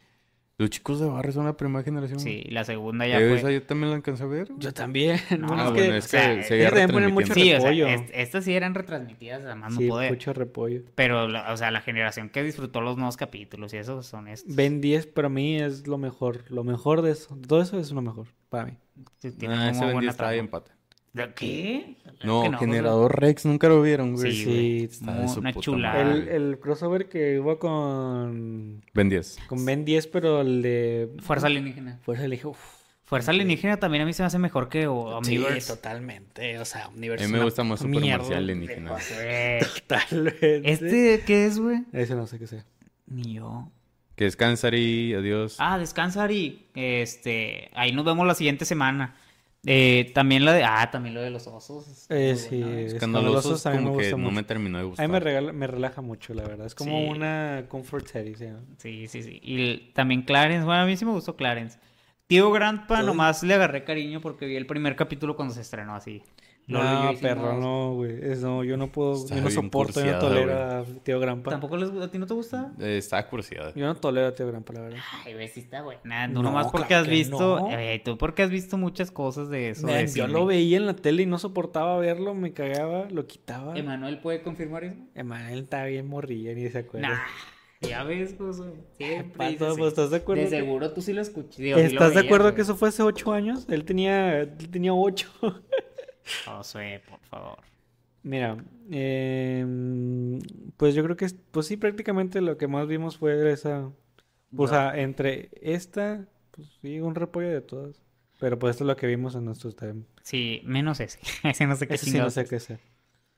Los chicos del barrio son la primera generación. Sí, la segunda ya ya fue. Esa yo también la alcancé a ver. güey. Yo también. No, bueno, ah, es bueno, que es o que sea, se ellos iba también ponen mucho retransmitiendo. Ah, Sí, o sea, repollo. est- estas sí eran retransmitidas a más no sí, poder. mucho repollo. Pero, la- o sea, la generación que disfrutó los nuevos capítulos y esos son estos. Ben 10 para mí es lo mejor, lo mejor de eso. Todo eso es lo mejor para mí. Sí, tienen Ah, muy ese vendía buena estaba trama. bien pata. ¿De ¿Qué? No, Que generador Rex, nunca lo vieron, güey. Sí, güey. güey. Está de Muy- su Una puta chulada. madre. El, el crossover que hubo con, Ben 10. con Ben 10, pero el de Fuerza alienígena. Fuerza le dije, uff. Fuerza alienígena también a mí se me hace mejor que o, Omniverse. totalmente. O sea, A Omniverse. mí me gusta más Super Marcial alienígena. Eh, Totalmente. ¿Este qué es, güey? Ese no sé qué sea. Ni yo. Que descansa, Ari. Adiós. Ah, descansa, Ari. Este, ahí nos vemos la siguiente semana. Eh, también la de. Ah, también lo de los osos. Eh, Muy sí, buena, ¿eh? Escandalosos, a mí me como que gusta no mucho. me terminó de A gustar. mí me, regala- me relaja mucho, la verdad. Es como Sí. una comfort series. ¿sí? Sí, sí, sí. Y el- también Clarence. Bueno, a mí sí me gustó Clarence. Tío Grandpa, Ay. nomás le agarré cariño porque vi el primer capítulo cuando se estrenó así. Lolo y yo No, hicimos- perro, no, güey. Es, no, yo no puedo, Está yo no bien soporto, yo no cursiada, tolero güey. a Tío Grampa. ¿Tampoco les, a ti no te gusta? Eh, está curiosidad. Yo no tolero a Tío Grampa, la verdad. Ay, güey, sí está buena. Tú No, nomás porque claro has que visto. no. eh, tú porque has visto muchas cosas de eso. de Man, yo cine. lo veía en la tele y no soportaba verlo, me cagaba, lo quitaba. ¿Emanuel puede confirmar eso? Emanuel está bien morrilla, ni se acuerda. Nah. Ya ves, José. Pues Siempre. Pato, dices eso. pues, ¿estás de acuerdo? De que- seguro tú sí lo escuché. digo, sí lo ¿Estás de veías, acuerdo güey. que eso fue hace ocho años? Él tenía, él tenía ocho. Josué, Oh, por favor. Mira, em, pues yo creo que, es- pues sí, prácticamente lo que más vimos fue esa, o sea, entre esta, pues sí, un repollo de todas, pero pues esto es lo que vimos en nuestros tiempos. Sí, menos ese. ese no sé qué Eso sí no chingados. sé qué sea.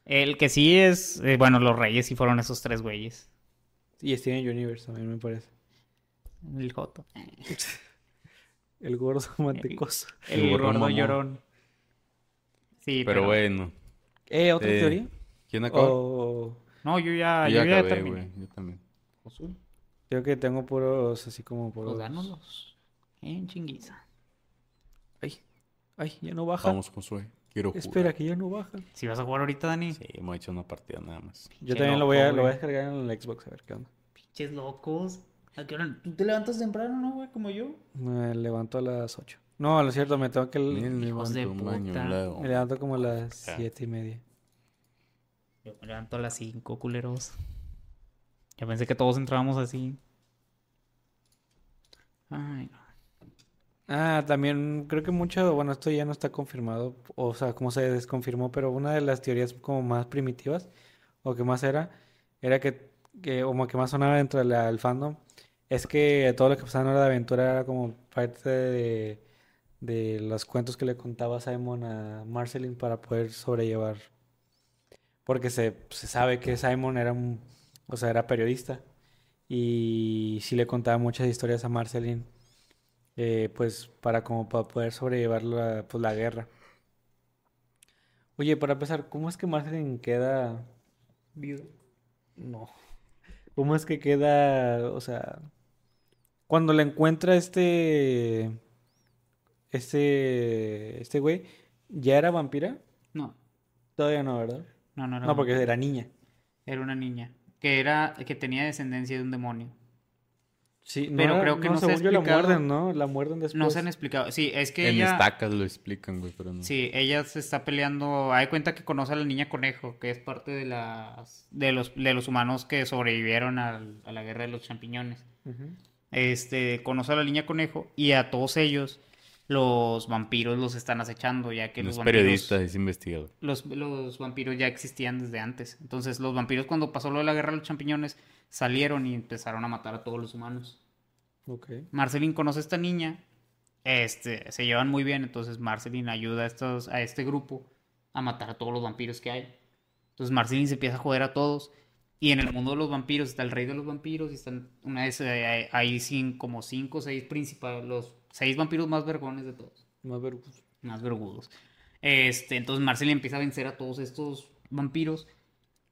El que sí es. eh, bueno, los Reyes sí fueron esos tres güeyes. Y Steven Universe también me parece. El Joto. El gordo Eh. mantecoso. El El gordo gordo mamón. llorón. Sí, pero. Pero bueno. Eh, ¿otra Eh, teoría? ¿Quién acabó? O No, yo ya, Yo ah, yo ya ya acabé, terminé. güey. Yo también. creo que tengo puros, así como Pues puros. dánoslos. En chinguiza. Ay, ay, ya no baja. Vamos, Josué. Quiero jugar. Espera, que ya no baja. Si vas a jugar ahorita, Dani. Sí, hemos hecho una partida nada más. Yo Qué también lo voy loco, a, lo voy güey. a descargar en el Xbox, a ver qué onda. Pinches locos. ¿A qué hora? ¿Tú te levantas temprano, no, güey? Como yo. Me levanto a las 8. No, lo cierto, me tengo que. Miren, Hijos de levanto un baño, puta. un lado. Me levanto como a las Ya. 7 y media. Yo me levanto a las 5, culeros. Ya pensé que todos entrábamos así. Ay, no. Ah, también creo que mucho, bueno, esto ya no está confirmado, o sea, como se desconfirmó, pero una de las teorías como más primitivas, o que más era, era que, que como que más sonaba dentro del fandom, es que todo lo que pasaba en Hora de Aventura era como parte de, de los cuentos que le contaba Simon a Marceline para poder sobrellevar, porque se, se sabe que Simon era un, o sea, era periodista, y sí le contaba muchas historias a Marceline eh, pues para como para poder sobrellevar la, pues, la guerra. Oye, para empezar, ¿cómo es que Marceline queda viuda? No. ¿Cómo es que queda, o sea, cuando la encuentra este este este güey, ¿ya era vampira? No, Todavía no, ¿verdad? no, no era No, porque vampiro. era niña. Era una niña que era que tenía descendencia de un demonio. Sí, no Pero era- creo que no se ha según yo la explicado. muerden, ¿no? La muerden No se han después. explicado. Sí, es que En ella estacas lo explican, güey, pero no. Sí, ella se está peleando. Hay cuenta que conoce a la niña conejo, que es parte de las de los de los humanos que sobrevivieron al- a la guerra de los champiñones. Ujú. Este, conoce a la niña conejo y a todos ellos los vampiros los están acechando, ya que no los es vampiros periodista, es investigador. los, los vampiros ya existían desde antes. Entonces, los vampiros cuando pasó lo de la guerra de los champiñones salieron y empezaron a matar a todos los humanos. Ok. Marceline conoce a esta niña, este, se llevan muy bien, entonces Marceline ayuda a, estos, a este grupo a matar a todos los vampiros que hay. Entonces Marceline se empieza a joder a todos. Y en el mundo de los vampiros está el rey de los vampiros y están una vez eh, hay, hay cin- como cinco o seis principales, los seis vampiros más vergones de todos Más vergüenza. más vergudos. Este, entonces Marcel empieza a vencer a todos estos vampiros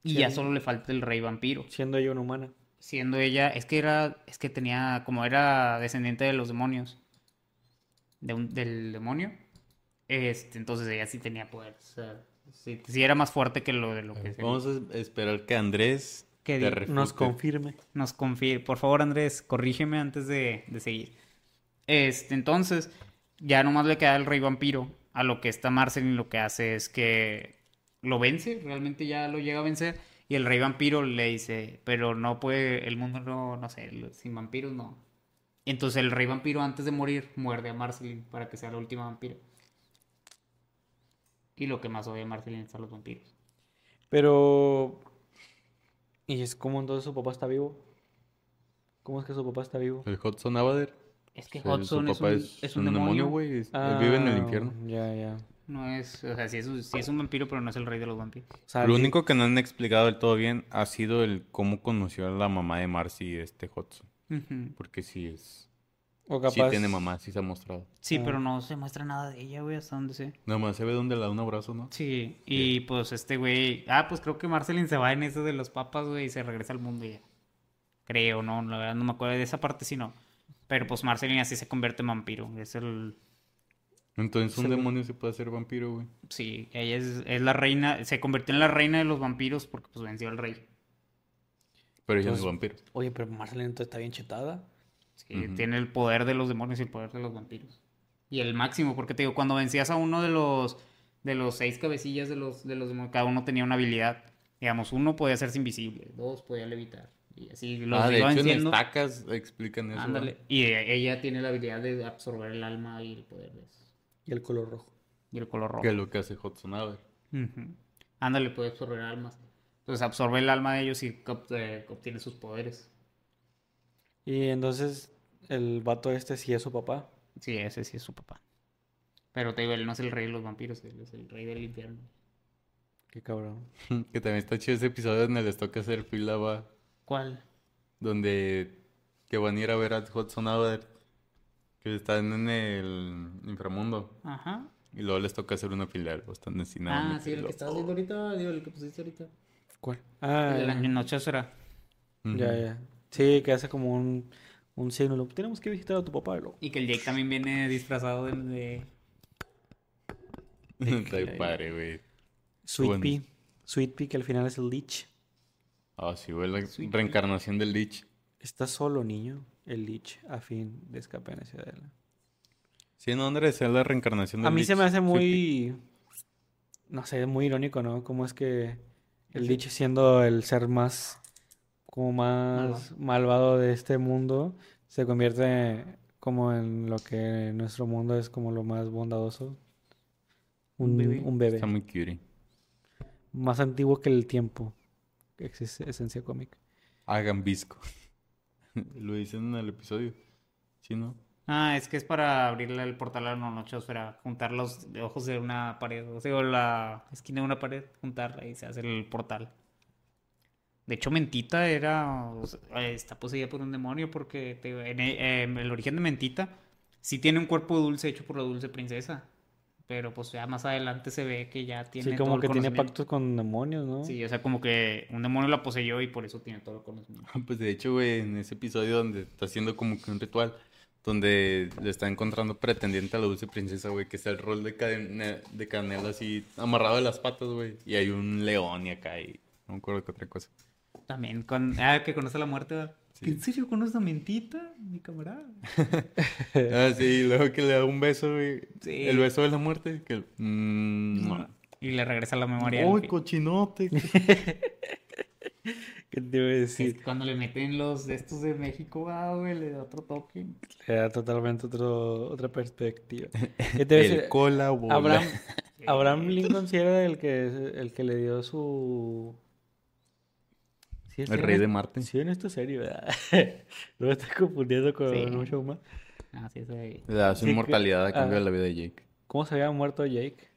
y Sí. ya solo le falta el rey vampiro. Siendo ella una humana. Siendo ella, es que era, es que tenía, como era descendiente de los demonios, de un- del demonio, este, entonces ella sí tenía poder, o sea, sí, sí era más fuerte que lo de lo que se- Vamos a esperar que Andrés Que te di- refute. Nos confirme. nos confíe. Por favor, Andrés, corrígeme antes de, de seguir. Este, entonces, ya nomás le queda el rey vampiro. A lo que está Marceline lo que hace es que lo vence, realmente ya lo llega a vencer. Y el rey vampiro le dice, pero no puede, el mundo no, no sé, el- sin vampiros no. Entonces el rey vampiro antes de morir muerde a Marceline para que sea la última vampiro. Y lo que más odia a Marceline son los vampiros. Pero... ¿Y es como entonces su papá está vivo? ¿Cómo es que su papá está vivo? El Hudson Abader. Es que o sea, Hudson su es papá un, es un demonio, güey. es- Ah, él vive en el infierno. Ya, ya. No es, o sea, sí es, un, sí es un vampiro, pero no es el rey de los vampiros. O sea, Lo di- único que no han explicado del todo bien ha sido el cómo conoció a la mamá de Marcy este Hudson. Porque sí es. o Sí capaz- tiene mamá, sí se ha mostrado. Sí, Ah. pero no se muestra nada de ella, güey, hasta donde sé. Nada más se ve donde le da un abrazo, ¿no? Sí, y pues este güey. Ah, pues creo que Marceline se va en eso de los papas, güey, y se regresa al mundo ya. Creo, no, la verdad no me acuerdo de esa parte, sí, no. Pero pues Marceline así se convierte en vampiro. Es el. Entonces un Se ve- demonio se puede hacer vampiro, güey. Sí, ella es, es la reina. Se convirtió en la reina de los vampiros porque pues venció al rey. Pero ella no es Entonces- vampiro. Oye, pero Marceline entonces está bien chetada. Sí, Ujú. tiene el poder de los demonios y el poder de los vampiros. Y el máximo, porque te digo, cuando vencías a uno de los de los seis cabecillas de los, de los demonios, cada uno tenía una habilidad. Digamos, uno podía hacerse invisible, dos podía levitar. Y así los ah, de iba hecho en venciendo. estacas explican eso. Ándale. ¿verdad? Y e- ella tiene la habilidad de absorber el alma y el poder de eso. Y el color rojo. Y el color rojo. Que es lo que hace Hudson ah, Abader. Ujú. Ándale, puede absorber almas. Entonces absorbe el alma de ellos y cap- eh, obtiene sus poderes. Y entonces el vato este sí es su papá. Sí, ese sí es su papá. Pero te digo, él no es el rey de los vampiros, él es el rey del infierno. Qué cabrón. Que también está chido ese episodio donde les toca hacer fila, va. ¿Cuál? donde que van a ir a ver a Hudson Abader, que están en el inframundo, Ajá. y luego les toca hacer una fila, o están así nada Ah, más, sí, y el lo- que estás viendo ahorita, digo, el que pusiste ahorita. ¿Cuál? Ah, El de la ya, Nochosfera. Ujú. ya, ya. Sí, que hace como un, un signo. lo- Tenemos que visitar a tu papá. y luego- Y que el Jake también viene disfrazado de... de- Está bien padre, güey. Sweet bueno. Pea. Sweet Pea, que al final es el Lich. Ah, sí, güey, la Sweet reencarnación del Lich. Está solo, niño. El Lich, a fin de escapar en la ciudadela. Sí, no, Andrés, es la reencarnación A del mí se Lich. me hace Sweet Pea. muy, no sé, muy irónico, ¿no? Como es que el Lich siendo el ser más, como más malvado de este mundo, se convierte como en lo que en nuestro mundo es como lo más bondadoso. Un Un, bebé. un bebé. Está muy cutie. Más antiguo que el tiempo. Existe esencia cómica. Hagan visco. Lo dicen en el episodio. ¿Sí, no? Ah, es que es para abrirle el portal a la nochosfera, juntar los ojos de una pared, o sea, o la esquina de una pared, juntarla y se hace el portal. De hecho, Mentita era, o sea, eh, está poseída por un demonio porque te digo, en e- eh, en el origen de Mentita sí tiene un cuerpo dulce hecho por la dulce princesa, pero pues ya más adelante se ve que ya Sí, tiene todo como el que tiene conocimiento. pactos con demonios, ¿no? Sí, o sea, como que un demonio la poseyó y por eso tiene todo el conocimiento. Pues de hecho, güey, en ese episodio donde está haciendo como que un ritual, donde le está encontrando pretendiente a la dulce princesa, güey, que está el rol de, cadena- de canela así amarrado de las patas, güey. Y hay un león y acá y no me acuerdo qué otra cosa. También con, ah, que conoce a la muerte, ¿verdad? Sí. ¿En serio conoce a Mentita, mi camarada? Ah, sí, y luego que le da un beso, güey. Sí. Eh, El beso de la muerte. Que... el- Mm, no. Y le regresa la memoria. al ¡Uy, fin. cochinote! ¿Qué te iba a Es decir? que cuando le meten los de estos de México, ah, güey, le da otro toque. Le da totalmente otro, otra perspectiva. ¿Qué te iba a El decir? cola, bola. Abraham, Abraham Lincoln sí era el que, el que le dio su... Sí, El sí, rey en- de Marte. Sí, en esto serio, ¿verdad? Lo estoy confundiendo con Sí. un show más. Ah, sí, sí. Le da su Sí, que- inmortalidad a cambio ajá. de la vida de Jake. ¿Cómo se había muerto Jake?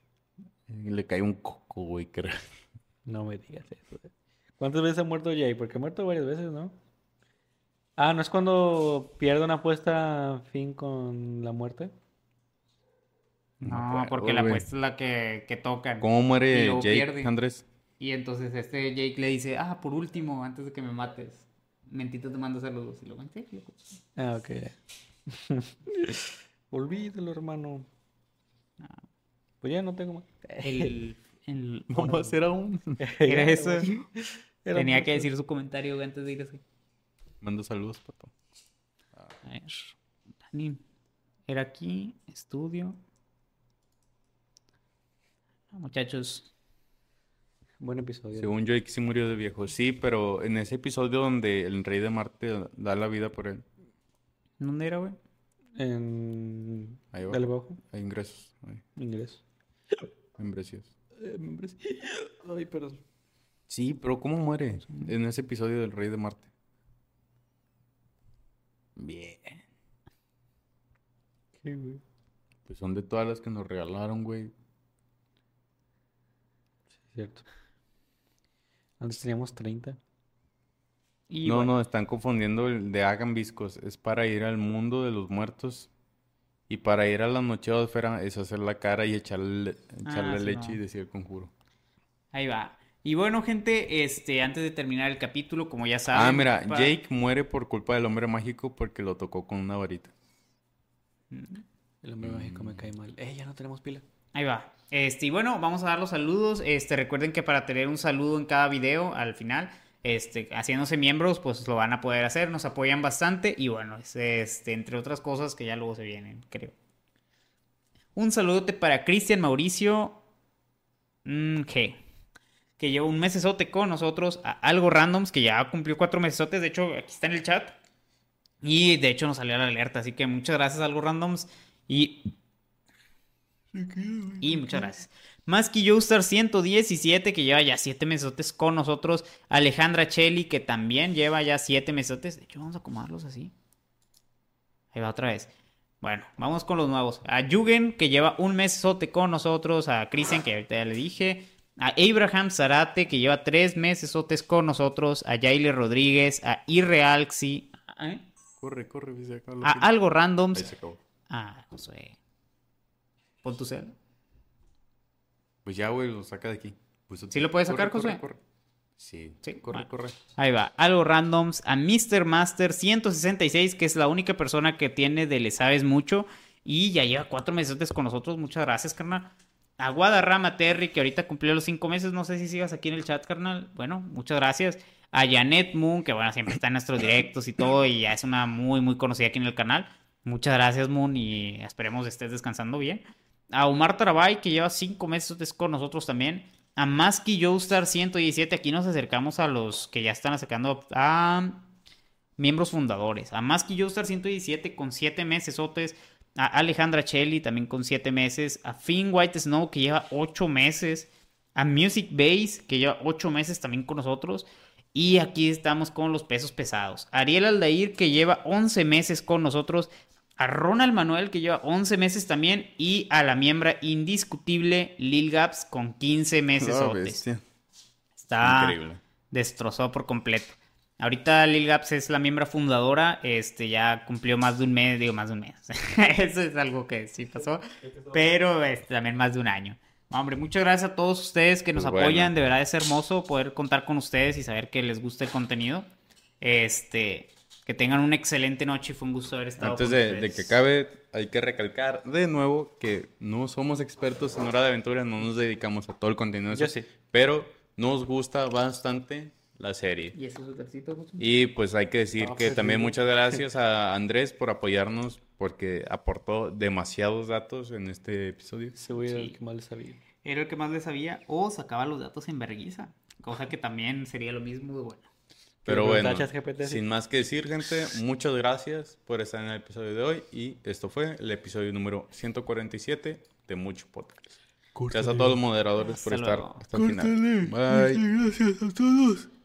Y Le cae un coco, güey, creo. No me digas eso. ¿eh? ¿Cuántas veces ha muerto Jake? Porque ha muerto varias veces, ¿no? Ah, ¿no es cuando pierde una apuesta fin con la muerte? me No, acuerdo, porque la güey. apuesta es la que, que tocan. ¿Cómo muere Y luego Jake, pierde. Andrés? Y entonces este Jake le dice, ah, por último, antes de que me mates, mentito te mando saludos. Y lo menté, loco. Ah, ok. Olvídalo, hermano. Ah. Pues ya no tengo más. El, el- Vamos a hacer aún. Era eso. Era Tenía que mucho. decir su comentario güey, antes de irse. Mando saludos, pato. A ver. Dani. Era aquí, estudio. Ah, Muchachos, Buen episodio. Según Jake sí murió de viejo. Sí, pero en ese episodio donde el rey de Marte da la vida por él, ¿dónde era, güey? En... Ahí va. Dale abajo. hay ingresos, hay Inglés. ingresos. Eh, Ay, perdón. Sí, pero ¿cómo muere en ese episodio del rey de Marte? Bien. Qué güey. Pues son de todas las que nos regalaron, güey. Sí, cierto. Antes teníamos 30. Y no, bueno, no, están confundiendo el de Hagan Viscos. Es para ir al mundo de los muertos. Y para ir a la nocheosfera es hacer la cara y echarle, echarle Ah, sí, leche y no. decir el conjuro. Ahí va. Y bueno, gente, este, antes de terminar el capítulo, como ya saben. Ah, mira, pa- Jake muere por culpa del hombre mágico porque lo tocó con una varita. Mm. El hombre mágico me cae mal. Eh, ya no tenemos pila. Ahí va. Este, y bueno, vamos a dar los saludos. Este, recuerden que para tener un saludo en cada video al final, este, haciéndose miembros, pues lo van a poder hacer, nos apoyan bastante. Y bueno, es, este, entre otras cosas que ya luego se vienen, creo. Un saludote para Cristian Mauricio mm, G. Que lleva un mesesote con nosotros a Algo Randoms, que ya cumplió cuatro mesesotes. De hecho, aquí está en el chat. Y de hecho nos salió la alerta. Así que muchas gracias, Algo Randoms. Y y muchas gracias. Más que Joestar 117, que lleva ya 7 mesotes con nosotros. Alejandra Cheli, que también lleva ya 7 mesotes. De hecho, vamos a acomodarlos así. Ahí va otra vez. Bueno, vamos con los nuevos. A Yugen, que lleva un mesote con nosotros. A Cristian, que ahorita ya le dije. A Abraham Zarate, que lleva 3 mesesotes con nosotros. A Yaile Rodríguez. A Irrealxi. ¿eh? Corre, corre, se acabó la A pila. Ah, Algo Ahí Randoms. se acabó. Ah, Josué. Pon tu cel. Pues ya, güey, lo saca de aquí. Pues, ¿Sí lo puedes sacar, corre, Josué? corre, corre. Sí, Sí, corre, bueno. corre. Ahí va, algo randoms. A Mr. Master 166, que es la única persona que tiene de Le Sabes Mucho. Y ya lleva cuatro meses con nosotros. Muchas gracias, carnal. A Guadarrama Terry, que ahorita cumplió los cinco meses. No sé si sigas aquí en el chat, carnal. Bueno, muchas gracias. A Janet Moon, que bueno, siempre está en nuestros directos y todo. Y ya es una muy, muy conocida aquí en el canal. Muchas gracias, Moon. Y esperemos estés descansando bien. A Omar Tarabay, que lleva cinco meses con nosotros también. A Maski Joestar 117, aquí nos acercamos a los que ya están sacando a miembros fundadores. A Más que Joestar 117 con 7 meses, Otes. A Alejandra Shelley también con 7 meses. A Finn White Snow que lleva 8 meses. A Music Base que lleva 8 meses también con nosotros. Y aquí estamos con los pesos pesados. Ariel Aldair que lleva 11 meses con nosotros. A Ronald Manuel que lleva 11 meses también. Y a la miembra indiscutible Lil Gaps con 15 meses. Ah, Otes. bestia. Está Increíble. destrozó por completo. Ahorita Lil Gaps es la miembro fundadora, este ya cumplió más de un mes, digo más de un mes. Eso es algo que sí pasó, pero este, también más de un año. No, Hombre, muchas gracias a todos ustedes que nos Pues bueno. apoyan, de verdad es hermoso poder contar con ustedes y saber que les gusta el contenido. Este, que tengan una excelente noche y fue un gusto haber estado Antes con de, de ustedes. que acabe, hay que recalcar de nuevo que no somos expertos en hora de aventura, no nos dedicamos a todo el contenido. de Yo eso, sí. Pero nos gusta bastante la serie. Y eso es Lucasito, Gusto. Y pues hay que decir Ah, que pues, también sí. muchas gracias a Andrés por apoyarnos porque aportó demasiados datos en este episodio. Ese güey era el Sí. que más le sabía. Era el que más le sabía o sacaba los datos en vergüenza, cosa que también sería lo mismo de bueno. Pero le preguntaba bueno, a ChatGPT, sí. sin más que decir, gente, muchas gracias por estar en el episodio de hoy y esto fue el episodio número 147 de Mucho Podcast. Gracias a todos los moderadores por Hasta estar luego. hasta el final. Bye. gracias a todos.